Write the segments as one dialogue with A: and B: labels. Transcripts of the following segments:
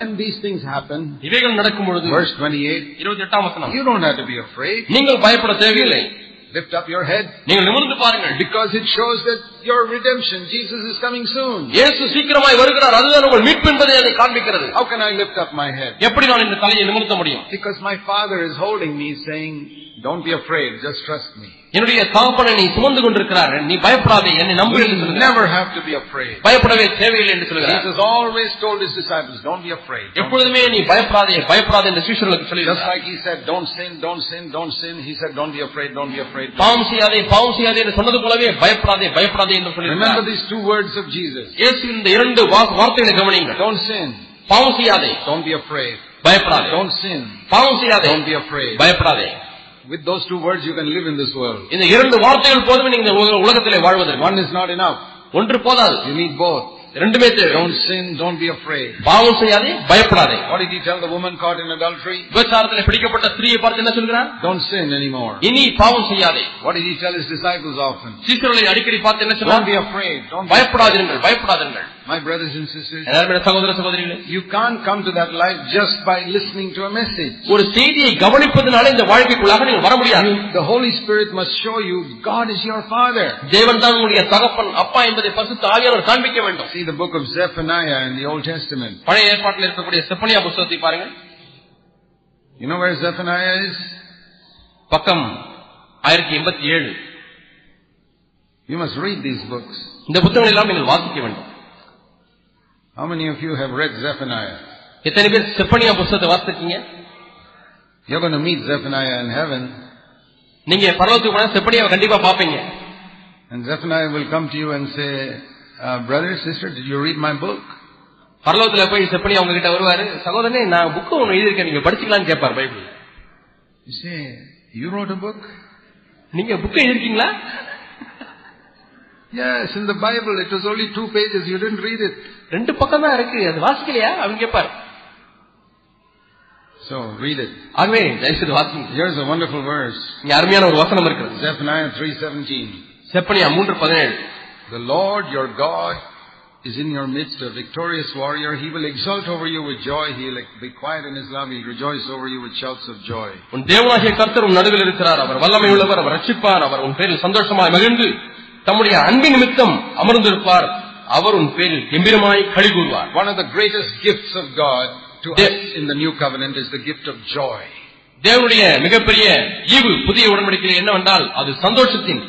A: when these things happen,
B: இவைகள் நடக்கும் பொழுது
A: verse 28,
B: இருபத்தி எட்டாம் வசனம்
A: you don't have to be afraid.
B: நீங்கள் பயப்பட தேவையில்லை
A: Lift up your head
B: நீங்கள் நிமிர்ந்து பாருங்கள்
A: because it shows that your redemption, Jesus is coming soon.
B: இயேசு சீக்கிரமாய் வருகிறார் அதுதான் உங்கள் மீட்பு என்பதை அதை காண்பிக்கிறது
A: How can I lift up my head?
B: எப்படி நான் இந்த தலையை நிமிர்த்த முடியும்
A: Because my Father is holding me saying, don't be afraid, just trust me.
B: என்னுடைய தகப்பனை நீ சுமந்து கொண்டிருக்கிறார் நீ பயப்படாதே என்னை நம்பு
A: We
B: என்று சொல்கிறார்
A: never have to be afraid.
B: பயப்படவே தேவையில்லை என்று சொல்கிறார்
A: Jesus always told his disciples, don't be afraid. Don't
B: எப்பொழுதுமே நீ பயப்படாதே பயப்படாதே என்று சீஷர்களுக்கு
A: Just
B: சொல்லியிருக்கிறார்
A: like he said, don't sin, don't sin, don't sin. He said, don't be afraid, don't be afraid. don't-
B: பாவம் செய்யாதே பாவம் செய்யாதே என்று சொன்னது போலவே பயப்படாதே பயப்படாதே என்று
A: Remember
B: சொல்லியிருக்கிறார்
A: these two words of Jesus.
B: இயேசு இந்த இரண்டு வா- வார்த்தைகளை கவனியுங்கள்
A: Don't sin,
B: பாவம் செய்யாதே
A: don't be afraid.
B: பயப்படாதே
A: Don't sin,
B: பாவம் செய்யாதே
A: don't be afraid.
B: பயப்படாதே
A: With those two words you can live in this world.
B: இந்த இரண்டு வார்த்தைகள் போதுமே நீங்க இந்த உலக- உலகத்திலே வாழ்வதற்கு
A: One is not enough.
B: ஒன்று போதாது
A: You need both.
B: ரெண்டுமே தேவை
A: Don't sin, don't be afraid.
B: பாவம் செய்யாதே பயப்படாதே
A: What did he tell the woman caught in adultery?
B: விபச்சாரத்தில் பிடிக்கப்பட்ட ஸ்திரியை பார்த்து என்ன சொல்கிறார்
A: Don't sin anymore.
B: இனி பாவம் செய்யாதே
A: What did he tell his disciples often?
B: சீசர்களை அடிக்கடி பார்த்து என்ன
A: Don't be
B: சொல்றாங்க
A: afraid. Don't be afraid.
B: பயப்படாதிருங்கள் பயப்படாதிருங்கள்
A: My brothers and sisters,
B: எல்லாருமே சகோதர சகோதரிகளே
A: you can't come to that life just by listening to a message.
B: ஒரு செய்தியை கவனிப்பதனால இந்த வாழ்க்கைக்குள்ளாக நீங்கள் வர முடியாது
A: The Holy Spirit must show you God is your Father.
B: தேவன் தான் உங்களுடைய தகப்பன் அப்பா என்பதை பசுத்த ஆவியானவர் காண்பிக்க வேண்டும்
A: See the book of Zephaniah in the Old Testament.
B: பழைய ஏற்பாட்டில் இருக்கக்கூடிய செப்பனியா புஸ்தகத்தை பாருங்கள்
A: You know where Zephaniah is?
B: பக்கம் ஆயிரத்தி எண்பத்தி ஏழு
A: You must read these books.
B: இந்த புத்தகங்கள் எல்லாம் நீங்கள் வாசிக்க வேண்டும்
A: How many of you have read Zephaniah?
B: எத்தனை பேர் செப்பனியா புஸ்தகத்தை வாசிச்சிருக்கீங்க
A: You're going to meet Zephaniah in heaven,
B: நீங்க பரவத்துக்கு போனா செப்பனியாவை கண்டிப்பா பாப்பீங்க
A: and Zephaniah will come to you and say, uh, Brother, sister, did you read my book?
B: பரலோகத்துல போய் செப்பனியா உங்ககிட்ட வருவாரு சகோதரனே நான் புக்கு ஒன்று எழுதியிருக்கேன் நீங்க படிச்சுக்கலாம்னு கேட்பார் Bible
A: You say, You wrote a book?
B: நீங்க புக்கு எழுதிருக்கீங்களா
A: Yes, in the Bible, it was only two pages. You didn't read it.
B: ரெண்டு பக்கம் தான் இருக்கு அது வாசிக்கலையா அப்படின்னு கேட்பார்
A: So, read it.
B: ஆகவே தயவுசெய்து வாசிங்க
A: Here's a wonderful verse.
B: இங்க அருமையான ஒரு வசனம் இருக்குது
A: Zephaniah 3.17.
B: செப்பனியா மூன்று பதினேழு
A: The Lord your God is in your midst, a victorious warrior. He will exult over you with joy. He'll be quiet in his love. He'll rejoice over you with shouts of joy.
B: உன் தேவனாகிய கர்த்தர் உன் நடுவில் இருக்கிறார் அவர் வல்லமை உள்ளவர் அவர் ரட்சிப்பார் அவர் உன் பேரில் சந்தோஷமாய் மகிழ்ந்து தம்முடைய அன்பின் நிமித்தம் அமர்ந்திருப்பார் அவர் உன் பேரில் கெம்பீரமாய் களி கூறுவார்
A: One of the greatest gifts of God to
B: Yes.
A: us in the new covenant is the gift of joy.
B: தேவனுடைய மிகப்பெரிய ஈவு புதிய உடன்படிக்கையில் என்னவென்றால் அது சந்தோஷத்தின்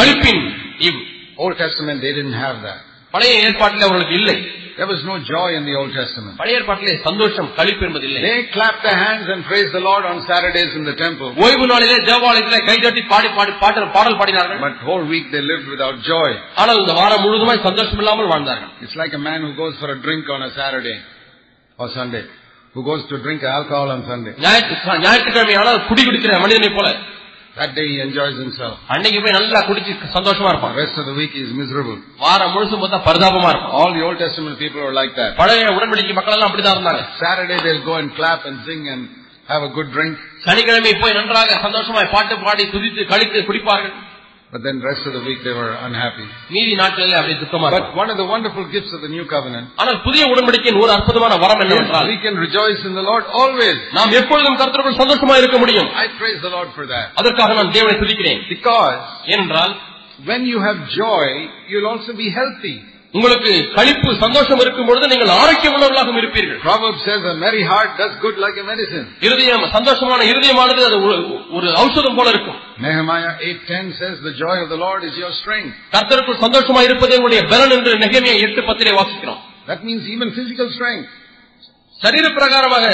B: களிப்பின் ஈவு
A: Old Testament, they didn't have that.
B: பழைய ஏற்பாட்டில் அவர்களுக்கு இல்லை
A: There was no joy in the Old Testament.
B: பழைய ஏற்பாட்டிலே சந்தோஷம் களிப்பு என்பது இல்லை
A: They clapped their hands and praised the Lord on Saturdays in the temple,
B: ஓய்வு நாளிலே தேவாலயத்திலே கைதட்டி பாடி பாடி பாட்டு பாடல் பாடினார்கள்
A: but whole week they lived without joy.
B: ஆனால் இந்த வாரம் முழுதுமாய் சந்தோஷம் இல்லாமல் வாழ்ந்தார்கள்
A: It's like a man who goes for a drink on a Saturday or Sunday, who goes to drink alcohol on Sunday.
B: ஞாயிற்று- ஞாயிற்றுக்கிழமையானால் குடி குடிக்கிற மனிதனை போல
A: That day he enjoys himself.
B: அன்னைக்கு போய் நல்லா குடிச்சு சந்தோஷமா
A: The
B: இருப்பான்
A: rest of the week he is miserable.
B: வாரம் முழுசும் பார்த்தா பரிதாபமா இருப்பான்
A: All the Old Testament people were like that.
B: பழைய உடன்படிக்கை மக்கள் எல்லாம் அப்படிதான் இருந்தாங்க
A: Saturday they'll go and clap and sing and have a good drink,
B: சனிக்கிழமை போய் நன்றாக சந்தோஷமாய் பாட்டு பாடி துதித்து கழித்து குடிப்பார்கள்
A: but then rest of the week they were unhappy.
B: மீதி நாட்களில் அப்படியே துக்கமா
A: But
B: இருப்பான்
A: one of the wonderful gifts of the new covenant
B: ஆனால் புதிய உடன்படிக்கையின் ஒரு அற்புதமான வரம்
A: is
B: என்னவென்றால்
A: we can rejoice in the Lord always.
B: நாம் எப்பொழுதும் கருத்துக்குள் சந்தோஷமா இருக்க முடியும்
A: I praise the Lord for that.
B: அதற்காக நான் தேவனை துதிக்கிறேன்
A: Because
B: ஏனென்றால்
A: when you have joy, you'll also be healthy.
B: உங்களுக்கு களிப்பு சந்தோஷம் இருக்கும் பொழுது நீங்கள் ஆரோக்கியம் உள்ளவர்களாகவும் இருப்பீர்கள்
A: Proverbs says a merry heart does good like a medicine.
B: இருதயம் சந்தோஷமான இருதயமானது அது ஒரு- ஒரு ஔஷதம் போல இருக்கும்
A: Nehemiah 8.10 says the joy of the Lord is your strength.
B: கர்த்தருக்குள் சந்தோஷமா இருப்பது எங்களுடைய பலன் என்று நெகமியா எட்டு பத்திலே வாசிக்கிறோம்
A: That means even physical strength.
B: சரீர பிரகாரமாக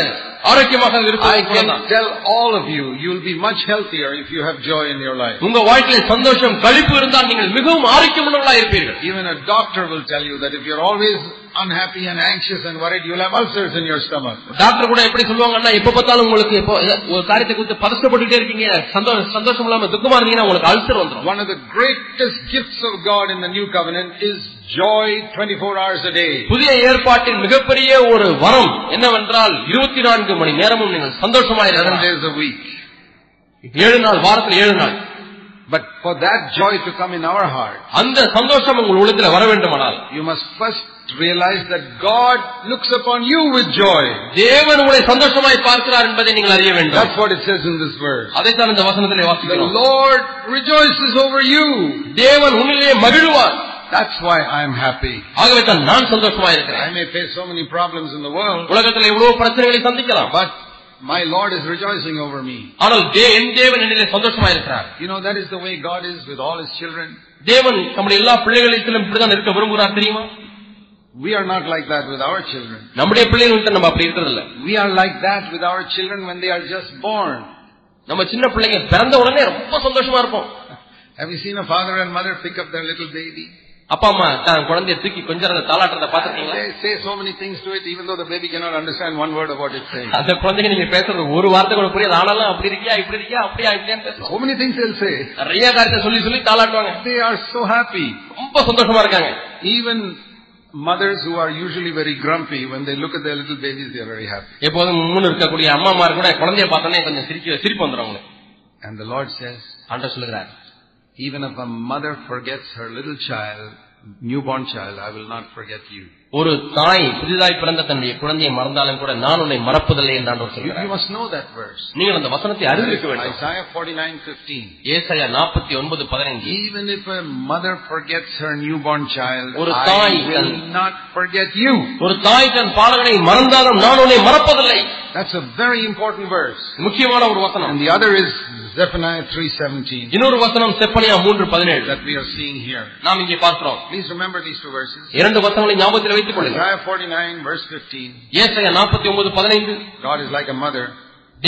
B: ஆரோக்கியமாக
A: I
B: இருப்பது
A: can
B: போலதான்.
A: tell all of you, you'll be much healthier if you have joy in your life.
B: உங்க வாழ்க்கையில் சந்தோஷம் கழிப்பு இருந்தால் நீங்கள் மிகவும் ஆரோக்கியம் உள்ளவர்களா இருப்பீர்கள்
A: Even a doctor will tell you that if you're always unhappy and anxious and worried, you'll have ulcers in your stomach.
B: Doctor கூட எப்படி சொல்லுவாங்கன்னா எப்ப பார்த்தாலும் உங்களுக்கு எப்போ எதா- ஒரு காரியத்தை குறித்து பதஷ்டப்பட்டுட்டே இருக்கீங்க சந்தோஷம் சந்தோஷம் இல்லாம துக்கமா இருந்தீங்கன்னா உங்களுக்கு அல்சர் வந்துடும்
A: One of the greatest gifts of God in the new covenant is joy 24 hours a day.
B: புதிய ஏற்பாட்டின் மிகப்பெரிய ஒரு வரம் என்னவென்றால் இருபத்தி நான்கு மணி நேரமும் நீங்கள் சந்தோஷமா
A: Seven
B: இருக்கலாம்
A: days a week.
B: ஏழு நாள் வாரத்தில் ஏழு நாள்
A: But For that joy to come in our heart,
B: அந்த சந்தோஷம் உங்கள் உள்ளத்துல வர வேண்டுமானால்
A: you must first realize that God looks upon you with joy.
B: தேவன் உங்களை சந்தோஷமாய் பார்க்கிறார் என்பதை நீங்கள் அறிய வேண்டும்
A: That's what it says in this verse.
B: அதைத்தான் இந்த வசனத்திலே
A: The
B: வாசிக்கிறோம்
A: Lord rejoices over you.
B: தேவன் உன்னிலே மகிழ்வார்
A: That's why I'm happy.
B: ஆகவே தான் நான் சந்தோஷமாய் இருக்கிறேன்
A: I may face so many problems in the world,
B: உலகத்தில் எவ்வளவு பிரச்சனைகளை சந்திக்கலாம்
A: but my Lord is rejoicing over me.
B: ஆனால் தே- என் தேவன் என்னிலே சந்தோஷமாய் இருக்கிறார்
A: You know, that is the way God is with all His children.
B: தேவன் நம்முடைய எல்லா பிள்ளைகளிடத்திலும் இப்படிதான் இருக்க விரும்புகிறார் தெரியுமா
A: We are not like that with our children.
B: நம்முடைய பிள்ளைகள்கிட்ட நம்ம அப்படி இருக்கிறதில்ல
A: We are like that with our children when they are just born.
B: நம்ம சின்ன பிள்ளைங்க பிறந்த உடனே ரொம்ப சந்தோஷமா இருப்போம்
A: Have you seen a father and mother pick up their little baby?
B: அப்பா அம்மா தான் குழந்தைய தூக்கி கொஞ்சம் தாளாட்டுறத பாத்துருக்கீங்களா
A: They say so many things to it even though the baby cannot understand one word of what it's saying.
B: அந்த குழந்தைங்க நீங்க பேசுறது ஒரு வார்த்தை கூட புரியாது ஆனாலும் அப்படி இருக்கியா இப்படி இருக்கியா அப்படியா இப்படியான்னு பேசுவோம்
A: So many things they'll say.
B: நிறைய காரியத்தை சொல்லி சொல்லி தாளாட்டுவாங்க
A: They are so happy.
B: ரொம்ப சந்தோஷமா இருக்காங்க
A: Even mothers who are usually very grumpy, when they look at their little babies, they are very happy.
B: எப்போதும் முன்னு இருக்கக்கூடிய அம்மா அம்மா கூட குழந்தைய பார்த்தோன்னே கொஞ்சம் சிரிக்க சிரிப்பு வந்துடும் அவங்களுக்கு
A: And the Lord says,
B: ஆண்டவர் சொல்லுகிறார்
A: even if a mother forgets her little child, newborn child, I will not forget you.
B: ஒரு தாய் புதிதாய் பிறந்த தன்னுடைய குழந்தையை மறந்தாலும் கூட நான் உன்னை மறப்பதில்லை என்று ஆண்டவர்
A: You, you
B: சொல்கிறார்
A: must know that verse.
B: நீங்கள் அந்த வசனத்தை அறிந்திருக்க வேண்டும்
A: Isaiah 49:15.
B: ஏசாயா நாற்பத்தி ஒன்பது பதினைஞ்சு
A: Even if a mother forgets her newborn child,
B: ஒரு
A: I
B: தாய்
A: will
B: than-
A: not forget you.
B: ஒரு தாய் தன் பாலகனை மறந்தாலும் நான் உன்னை மறப்பதில்லை
A: That's a very important verse.
B: முக்கியமான ஒரு வசனம்
A: And the other is Zephaniah 3:17
B: இன்னொரு வசனம் செப்பனியா மூன்று பதினேழு
A: that we are seeing here.
B: நாம் இங்கே பார்க்கிறோம்
A: Please remember these two verses.
B: இரண்டு வசனங்களை ஞாபகத்தில் வைத்துக் கொள்ளுங்கள்
A: Isaiah 49 verse 15.
B: ஏசாயா நாற்பத்தி ஒன்பது பதினைந்து
A: God is like a mother.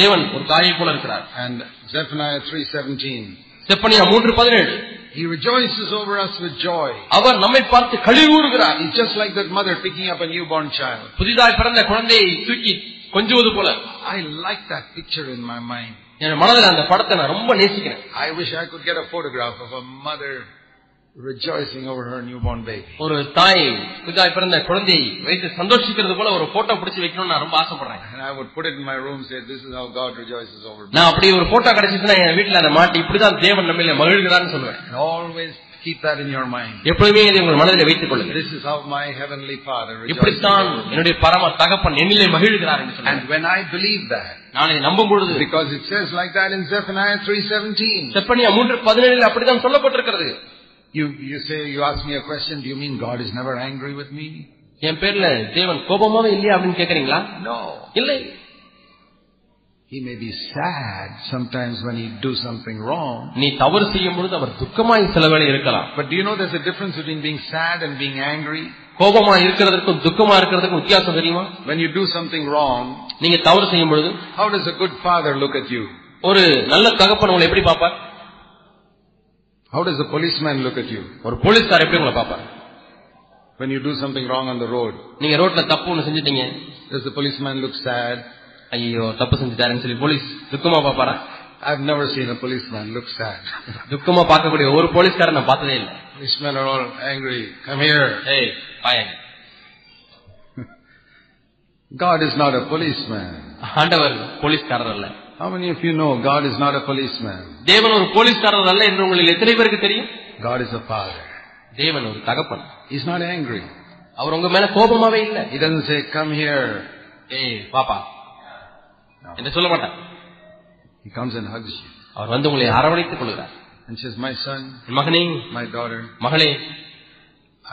B: தேவன் ஒரு தாயை போல இருக்கிறார்
A: And Zephaniah 3:17.
B: செப்பனியா மூன்று பதினேழு
A: He rejoices over us with joy.
B: அவர் நம்மை பார்த்து கழிவுறுகிறார்
A: He's just like that mother picking up a newborn child.
B: புதிதாய் பிறந்த குழந்தையை தூக்கி கொஞ்சுவது போல
A: I like that picture in my mind.
B: என் மனதில் அந்த படத்தை நான் ரொம்ப நேசிக்கிறேன்
A: I wish I could get a photograph of a mother rejoicing over her newborn baby.
B: ஒரு தாய் புதிதாய் பிறந்த குழந்தையை வைத்து சந்தோஷிக்கிறது போல ஒரு போட்டோ பிடிச்சு வைக்கணும்னு நான் ரொம்ப ஆசைப்படுறேன்
A: And I would put it in my room, say, this is how God rejoices over me.
B: நான் அப்படி ஒரு போட்டோ கிடைச்சிச்சுன்னா என் வீட்டுல அதை மாட்டி இப்படிதான் தேவன் நம்மள மகிழ்கிறான்னு சொல்லுவேன்
A: And always keep that in your mind.
B: எப்பொழுதுமே இதை உங்கள் மனதில் வைத்துக் கொள்ளுங்கள்
A: This is how my heavenly Father rejoices
B: இப்படித்தான்
A: over me.
B: என்னுடைய பரம தகப்பன் என்னிலே மகிழ்கிறார் என்று சொன்னார்
A: And when I believe that,
B: நான் இதை நம்பும் பொழுது
A: because it says like that in Zephaniah 3.17,
B: Zephaniah மூன்று பதினேழில் அப்படித்தான் சொல்லப்பட்டிருக்கிறது
A: you, you say, you ask me a question, do you mean God is never angry with me?
B: என் பேர்ல தேவன் கோபமாவே இல்லையா அப்படின்னு கேக்குறீங்களா
A: No.
B: இல்லை
A: He may be sad sometimes when he do something wrong.
B: நீ தவறு செய்யும் பொழுது அவர் துக்கமாய் சில வேளை இருக்கலாம்
A: But do you know there's a difference between being sad and being angry?
B: கோபமா இருக்கிறதுக்கும் துக்கமா இருக்கிறதுக்கும் வித்தியாசம் தெரியுமா
A: When you do something wrong,
B: நீங்க தவறு செய்யும் பொழுது
A: how does a good father look at you?
B: ஒரு நல்ல தகப்பன் உங்களை எப்படி பார்ப்பார்
A: How does a policeman look at you?
B: ஒரு போலீஸ்கார் எப்படி உங்களை பார்ப்பார்
A: When you do something wrong on the road,
B: நீங்க ரோட்ல தப்பு ஒண்ணு செஞ்சுட்டீங்க
A: does the policeman look sad?
B: ஐயோ தப்பு செஞ்சுட்டாருன்னு சொல்லி போலீஸ் துக்கமா பார்ப்பாரா
A: I've never seen a policeman look sad.
B: துக்கமா பார்க்கக்கூடிய ஒரு போலீஸ்காரன் நான் பார்த்ததே இல்லை
A: Policemen are all angry. Come here.
B: ஏய் பாயங்க
A: God is not a policeman.
B: ஆண்டவர் போலீஸ்காரர் அல்ல
A: How many of you know God is not a policeman?
B: தேவன் ஒரு போலீஸ்காரர் அல்ல என்று உங்களில் எத்தனை பேருக்கு தெரியும்
A: God is a father.
B: தேவன் ஒரு தகப்பன்
A: He's not angry.
B: அவர் உங்க மேல கோபமாவே இல்ல
A: He doesn't say, come here.
B: ஏய் பாப்பா என்ன சொல்ல மாட்டார்
A: He comes and hugs you
B: அவர் வந்து உங்களை அரவணைத்துக் கொள்கிறார்
A: and says, my son,
B: என் மகனே
A: my daughter,
B: மகளே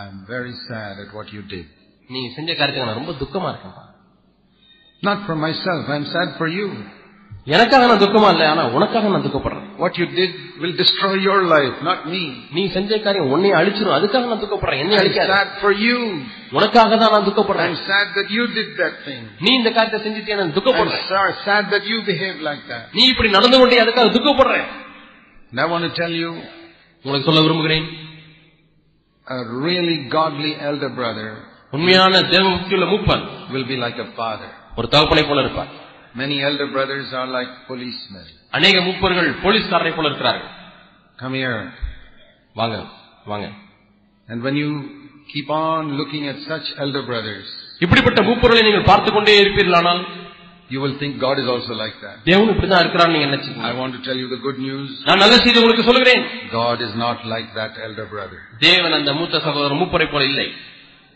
A: I'm very sad at what you did.
B: நீ செஞ்ச காரியத்துக்கு நான் ரொம்ப துக்கமா இருக்கேன்ப்பா
A: Not for myself, I'm sad for you.
B: எனக்காக நான் துக்கமா இல்லை ஆனா உனக்காக நான் துக்கப்படுறேன்
A: What you did will destroy your life, not me.
B: நீ செஞ்ச காரியம் உன்னை அழிச்சிரும் அதுக்காக நான் துக்கப்படுறேன் என்னை
A: I'm
B: அழிக்காத
A: sad for you.
B: உனக்காக தான் நான்
A: I'm
B: துக்கப்படுறேன்
A: sad that you did that thing.
B: நீ இந்த காரியத்தை செஞ்சுட்டே நான்
A: I'm
B: துக்கப்படுறேன்
A: sorry, sad that you behaved like that.
B: நீ இப்படி நடந்து கொண்டே அதுக்காக துக்கப்படுறேன்
A: And I want to tell you,
B: உங்களுக்கு சொல்ல விரும்புகிறேன்
A: a really godly elder brother
B: உண்மையான தேவ முக்தியுள்ள மூப்பன்
A: will be like a father.
B: ஒரு தகப்பனை போல இருப்பார்
A: Many elder brothers are like policemen.
B: அநேக மூப்பர்கள் போலீஸ்காரனை போல இருக்கிறார்கள்
A: Come here.
B: வாங்க வாங்க
A: And when you keep on looking at such elder brothers,
B: இப்படிப்பட்ட மூப்பர்களை நீங்கள் பார்த்து கொண்டே இருப்பீர்களானால்
A: You will think God is also like that.
B: தேவன் இப்படிதான் இருக்கிறார் நீங்க நினைச்சீங்க
A: I want to tell you the good news.
B: நான் நல்ல செய்தி உங்களுக்கு சொல்லுகிறேன்
A: God is not like that elder brother.
B: தேவன் அந்த மூத்த சகோதரர் மூப்பரை போல இல்லை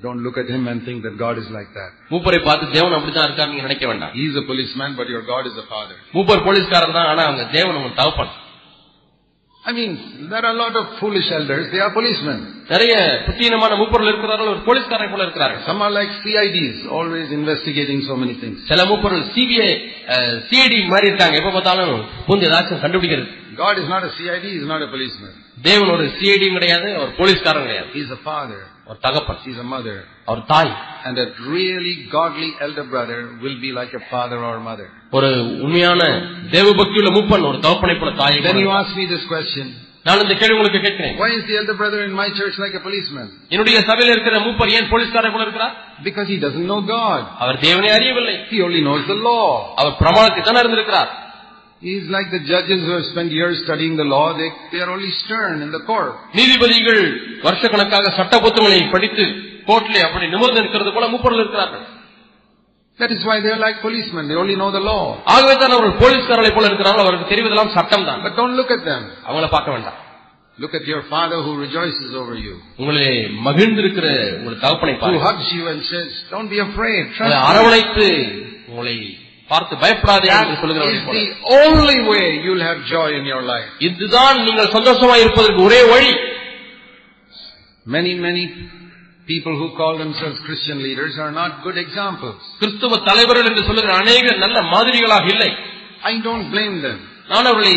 A: Don't look at him and think that God is like that.
B: மூப்பரை பார்த்து தேவன் அப்படிதான் இருக்கார் நீங்க நினைக்க வேண்டாம்
A: He is a policeman, but your God is a father.
B: மூப்பர் போலீஸ்காரர் தான் ஆனா அவங்க தேவன் உங்க தகப்பன்
A: I mean, there are a lot of foolish elders. They are policemen.
B: நிறைய புத்தீனமான மூப்பர்கள் இருக்கிறார்கள் ஒரு போலீஸ்காரரை போல இருக்கிறார்கள்
A: Some are like CIDs, always investigating so many things.
B: சில மூப்பர்கள் சிபிஐ சிஐடி மாதிரி இருக்காங்க எப்ப பார்த்தாலும் பூந்து ஏதாச்சும் கண்டுபிடிக்கிறது
A: God is not a CID, He is not a policeman.
B: தேவன் ஒரு சிஐடியும் கிடையாது ஒரு போலீஸ்காரன் கிடையாது
A: He is a father,
B: ஒரு தகப்பன்
A: He is a mother.
B: ஒரு தாய்
A: And a really godly elder brother will be like a father or mother.
B: ஒரு உண்மையான தேவபக்தியுள்ள மூப்பன் ஒரு தகப்பனை போல தாய்
A: Then you ask me this question.
B: நான் இந்த கேள்வி உங்களுக்கு கேட்கிறேன்
A: Why is the elder brother in my church like a policeman?
B: என்னுடைய சபையில இருக்கிற மூப்பர் ஏன் போலீஸ்காரரை போல இருக்கிறார்
A: Because he doesn't know God.
B: அவர் தேவனை அறியவில்லை
A: He only knows the law.
B: அவர் பிரமாணத்தை தான் அறிந்திருக்கிறார்
A: He's like the judges who have spent years studying the law. They, they are only stern in the court.
B: நீதிபதிகள் வருஷக்கணக்காக சட்ட புத்தகங்களை படித்து கோர்ட்ல அப்படி நிமிர்ந்து இருக்கிறது போல மூப்பர்கள் இருக்கிறார்கள்
A: That is why they are like policemen. They only know the law.
B: ஆகவே தான் அவர்கள் போலீஸ்காரர்களை போல இருக்கிறார்கள் அவருக்கு தெரிவதெல்லாம் சட்டம் தான்
A: But don't look at them.
B: அவங்கள பார்க்க வேண்டாம்
A: Look at your father who rejoices over you.
B: உங்களை மகிழ்ந்திருக்கிற உங்கள் தகப்பனை
A: Who
B: பாருங்கள்
A: hugs you and says, don't be afraid.
B: உங்களை
A: Trust me.
B: அரவணைத்து உங்களை பார்த்து பயப்படாதே என்று
A: That
B: சொல்லுகிறவனை
A: is
B: போல.
A: the only way you'll have joy in your life.
B: இதுதான் நீங்கள் சந்தோஷமா இருப்பதற்கு ஒரே வழி
A: Many, many people who call themselves Christian leaders are not good examples.
B: கிறிஸ்துவ தலைவர்கள் என்று சொல்லுகிற அநேகர் நல்ல மாதிரிகளாக இல்லை
A: I don't blame them.
B: நான் அவர்களை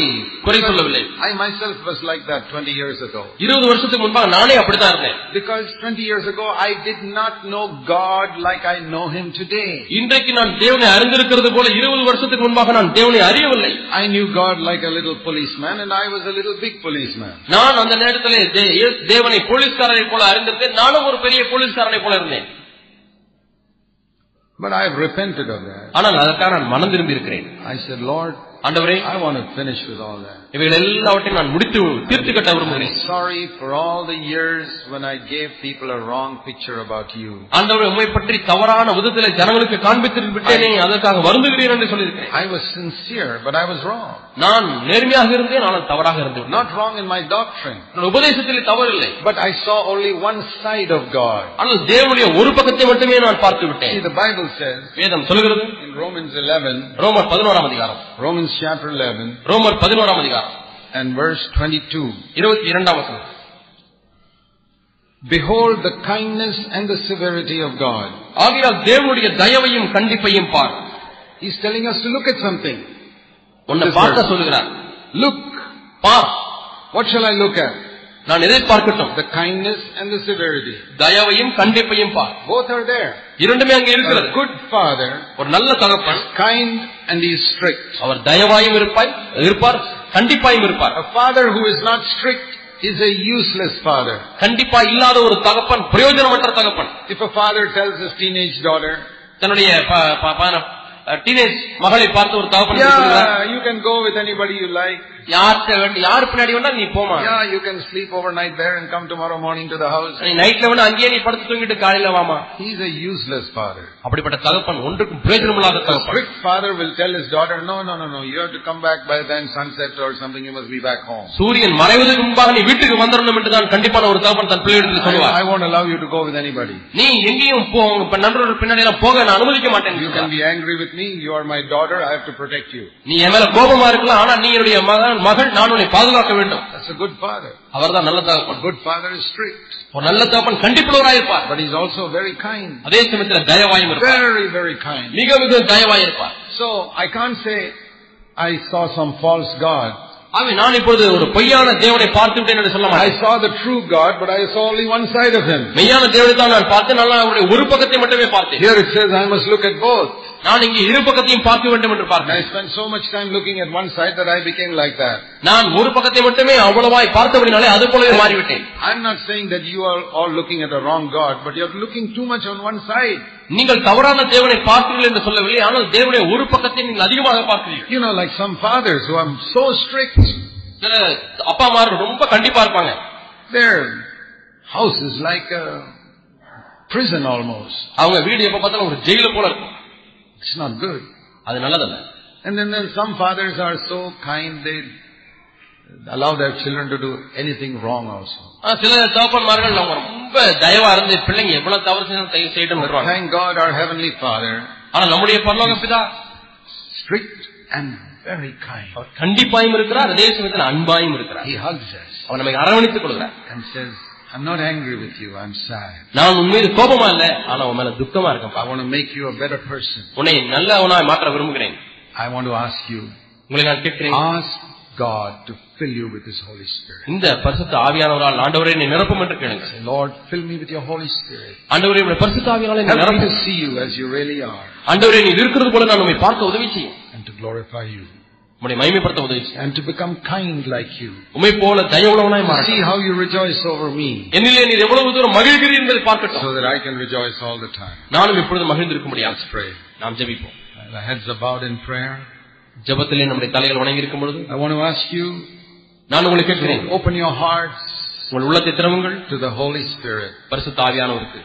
B: குறை சொல்லவில்லை
A: I myself was like that 20 years ago.
B: இருபது வருஷத்துக்கு முன்பாக நானே அப்படித்தான் இருந்தேன்
A: Because 20 years ago, I did not know God like I know Him today.
B: இன்றைக்கு நான் தேவனை அறிந்திருக்கிறது போல இருபது வருஷத்துக்கு முன்பாக நான் தேவனை அறியவில்லை
A: I knew God like a little policeman and I was a little big policeman.
B: நான் அந்த நேரத்திலே தே- இயேசு- தேவனை போலீஸ்காரனை போல அறிந்திருந்தேன் நானும் ஒரு பெரிய போலீஸ்காரனை போல இருந்தேன்
A: But I have repented of that.
B: ஆனால் அதற்காக நான் மனம் திரும்பி இருக்கிறேன்
A: I said, Lord,
B: ஆண்டவரே
A: I want to finish with all that.
B: இவைகள் எல்லாவற்றையும் நான் முடித்து தீர்த்து கட்ட விரும்புகிறேன்
A: I'm sorry for all the years when I gave people a wrong picture about you.
B: ஆண்டவரே உண்மை பற்றி தவறான விதத்திலே ஜனங்களுக்கு காண்பித்து விட்டேனே அதற்காக வருந்துகிறேன் என்று சொல்லியிருக்கிறேன்
A: I was sincere, but I was wrong.
B: நான் நேர்மையாக இருந்தேன் ஆனால் தவறாக இருந்தேன்
A: Not wrong in my doctrine.
B: நான் உபதேசத்திலே தவறில்லை
A: But I saw only one side of God.
B: ஆனால் தேவனுடைய ஒரு பக்கத்தை மட்டுமே நான் பார்த்து
A: See,
B: விட்டேன்
A: the Bible says
B: வேதம் சொல்லுகிறது
A: in Romans 11,
B: ரோமர் பதினோராம் அதிகாரம்
A: Romans chapter 11
B: ரோமர் பதினோராம் அதிகாரம்
A: and verse 22.
B: இருபத்தி இரண்டாம் வசனம்
A: Behold the kindness and the severity of God.
B: ஆகையால் தேவனுடைய தயவையும் கண்டிப்பையும் பார்
A: He's telling us to look at something.
B: உன்னை பார்க்க சொல்லுகிறார்
A: Look.
B: Bar
A: What shall I look at?
B: நான் எதை பார்க்கட்டும்
A: The kindness and the severity.
B: தயவையும் கண்டிப்பையும் bar
A: Both are there.
B: இரண்டுமே அங்கே இருக்கிறது
A: A good father,
B: ஒரு நல்ல தகப்பன்
A: kind and he is strict.
B: அவர் தயவாயும் இருப்பாய் இருப்பார் கண்டிப்பாயும் இருப்பார்
A: A father who is not strict is a useless father.
B: கண்டிப்பா இல்லாத ஒரு தகப்பன் பிரயோஜனமற்ற தகப்பன்
A: If a father tells his teenage daughter,
B: தன்னுடைய டீனேஜ் மகளை பார்த்து ஒரு தகப்பன் எப்படி சொல்கிறார்?
A: Yeah, you can go with anybody you like.
B: யார்கிட்ட வேண்டி யார் பின்னாடி வேணா நீ போமா
A: Yeah, you can sleep overnight there and come tomorrow morning to the house.
B: நீ நைட்ல வேணா அங்கேயே நீ படுத்து தூங்கிட்டு காலையில வாமா
A: He's a useless father.
B: அப்படிப்பட்ட தகப்பன் ஒன்றுக்கும் பிரயோஜனமில்லாத
A: A
B: தகப்பன்
A: strict father will tell his daughter, no, no, no, no, you have to come back by then sunset or something, you must be back home.
B: சூரியன் மறைவதற்கு முன்பாக நீ வீட்டுக்கு வந்துடணும் என்று தான் கண்டிப்பான ஒரு தகப்பன் தன் பிள்ளைகளுக்கு
A: I, I
B: சொல்லுவார்
A: won't allow you to go with anybody.
B: நீ எங்கேயும் போ உங்க நண்பர்கள் பின்னாடி எல்லாம் போக நான் அனுமதிக்க மாட்டேன்
A: You can be angry with me, you are my daughter, I have to protect you.
B: நீ என் மேல கோபமா இருக்கலாம் ஆனா நீ என்னுடைய மகன் மகள் நான் உன்னை பாதுகாக்க வேண்டும்
A: That's a good father.
B: அவர்தான் நல்ல
A: A
B: தகப்பன்
A: good fatக is strict,
B: ஒரு நல்ல தகப்பன் கண்டிப்புள்ளவராக இருப்பார்
A: but he's also very kind.
B: அதே சமயத்துல தயவாயும் இருப்பார்
A: Very, very kind.
B: மிக மிக தயவாய் இருப்பார்
A: So, I can't say, I saw some false God.
B: ஆகவே நான் இப்பொழுது ஒரு பொய்யான தேவனை பார்த்து விட்டேன் என்று சொல்ல
A: I
B: மாட்டேன்
A: saw the true God, but I saw only one side of him.
B: மெய்யான தேவனை தான் நான் பார்த்தேன் நல்லா அவருடைய ஒரு பக்கத்தை மட்டுமே பார்த்தேன்
A: Here it says, I must look at both.
B: நான் இங்கே இரு பக்கத்தையும் பார்க்க வேண்டும் என்று
A: And I
B: பார்த்தேன்
A: spent so much time looking at one side that I became like that.
B: நான் ஒரு பக்கத்தை மட்டுமே அவ்வளவாய் பார்த்தபடினாலே அது போலவே மாறிவிட்டேன்
A: I'm not saying that you are all looking at a wrong God, but you're looking too much on one side.
B: நீங்கள் தவறான தேவனை பார்த்தீர்கள் என்று சொல்லவில்லை ஆனால் தேவனுடைய ஒரு பக்கத்தை நீங்கள் அதிகமாக பார்க்கிறீர்கள்
A: You know, like some fathers who are so strict,
B: சில அப்பா அம்மார்கள் ரொம்ப கண்டிப்பா இருப்பாங்க
A: their house is like a prison almost.
B: அவங்க வீடு எப்ப பார்த்தாலும் ஒரு ஜெயில போல இருக்கும்
A: It's not good.
B: அது நல்லதல்ல
A: And then, then some fathers are so kind, they allow their children to do anything wrong also.
B: ஆனா சில தகப்பன்மார்கள் அவங்க ரொம்ப தயவா இருந்து பிள்ளைங்க எவ்வளவு தவறு செய்யணும் தயவு செய்யட்டும் வருவாங்க
A: Thank God our Heavenly Father,
B: ஆனா நம்முடைய பரலோக பிதா
A: strict and very kind.
B: அவர் கண்டிப்பாயும் இருக்கிறார் அதே சமயத்தில் அன்பாயும் இருக்கிறார்
A: He hugs us
B: அவர் நம்மை அரவணைத்துக் கொள்கிறார்
A: and says, I'm not angry with you, I'm sad.
B: நான் உன் மீது கோபமா இல்ல ஆனா உன் மேல துக்கமா இருக்கேன்ப்பா
A: I want to make you a better person.
B: உன்னை நல்லவனாய் மாற்ற விரும்புகிறேன்
A: I want to ask you,
B: உங்களை நான் கேட்கிறேன்
A: ask God to fill you with His Holy Spirit.
B: இந்த பரிசுத்த ஆவியானவரால் ஆண்டவரே என்னை நிரப்பும் என்று கேளுங்க
A: Say, Lord, fill me with your Holy Spirit.
B: ஆண்டவரே உடைய பரிசுத்த ஆவியானவரால் என்னை
A: Help me
B: நிரப்பும்
A: to see you as you really are
B: ஆண்டவரே நீ இருக்கிறது போல நான் உண்மை பார்க்க உதவி செய்யும்
A: and to glorify you
B: உம்முடைய மகிமைப்படுத்த உதவி செய்யும்
A: and to become kind like you.
B: உண்மை போல தயவுள்ளவனாய்
A: To
B: மாற
A: see how you rejoice over me
B: என்னிலே நீர் எவ்வளவு தூரம் மகிழ்கிறீர் என்பதை பார்க்கட்டும்
A: so that I can rejoice all the time.
B: நானும் இப்பொழுது மகிழ்ந்திருக்க முடியாது
A: Let's pray.
B: நாம் ஜெபிப்போம்
A: While Our heads are bowed in prayer.
B: ஜெபத்திலே நம்முடைய தலைகள் வணங்கி இருக்கும் பொழுது
A: I want to ask you
B: நான் உங்களை கேட்கிறேன்
A: to open your hearts
B: உங்கள் உள்ளத்தை திறவுங்கள்
A: to the Holy Spirit.
B: பரிசுத்த ஆவியானவருக்கு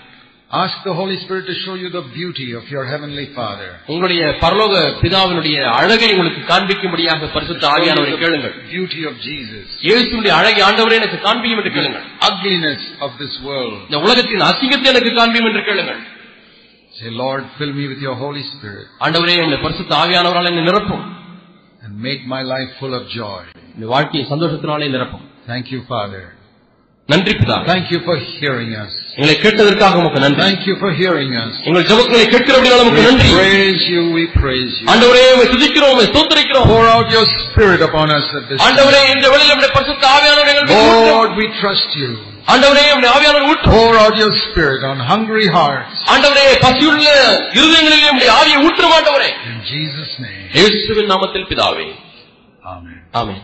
A: Ask the Holy Spirit to show you the beauty of your Heavenly Father.
B: உங்களுடைய பரலோக பிதாவினுடைய அழகை உங்களுக்கு காண்பிக்கும்படியாக பரிசுத்த
A: Show you
B: ஆவியானவரை
A: the
B: கேளுங்கள்
A: beauty of Jesus.
B: இயேசுடைய அழகை ஆண்டவரே எனக்கு காண்பிக்கும் என்று கேளுங்கள்
A: Ugliness of this world.
B: இந்த உலகத்தின் அசிங்கத்தை எனக்கு காண்பியும் என்று கேளுங்கள்
A: Say, Lord, fill me with your Holy Spirit
B: ஆண்டவரே இந்த பரிசுத்த ஆவியானவரால் என்னை நிரப்பும்
A: and make my life full of joy.
B: இந்த வாழ்க்கையை சந்தோஷத்தினாலே நிரப்பும்
A: Thank you, Father.
B: நன்றி பிதாவே
A: Thank you for hearing us.
B: எங்களை கேட்டதற்காக உமக்கு நன்றி
A: Thank you for hearing us.
B: எங்கள் ஜெபங்களை கேட்கிறபடியால்
A: We
B: உமக்கு நன்றி
A: praise you, we praise you.
B: ஆண்டவரே உம்மை துதிக்கிறோம் உம்மை ஸ்தோத்திரிக்கிறோம்
A: Pour out your Spirit upon us at this time.
B: ஆண்டவரே இந்த வேளையில் நம்முடைய பரிசுத்த ஆவியானவரை எங்கள் மீது ஊற்றும்.
A: Lord, we trust you.
B: ஆண்டவரே நம்முடைய ஆவியானவர் ஊற்றும்
A: Pour out your Spirit on hungry hearts.
B: ஆண்டவரே பசியுள்ள இருதயங்களிலே நம்முடைய ஆவியை ஊற்றும் ஆண்டவரே
A: In Jesus' name,
B: இயேசுவின் நாமத்தில் பிதாவே
A: Amen.
B: ஆமென்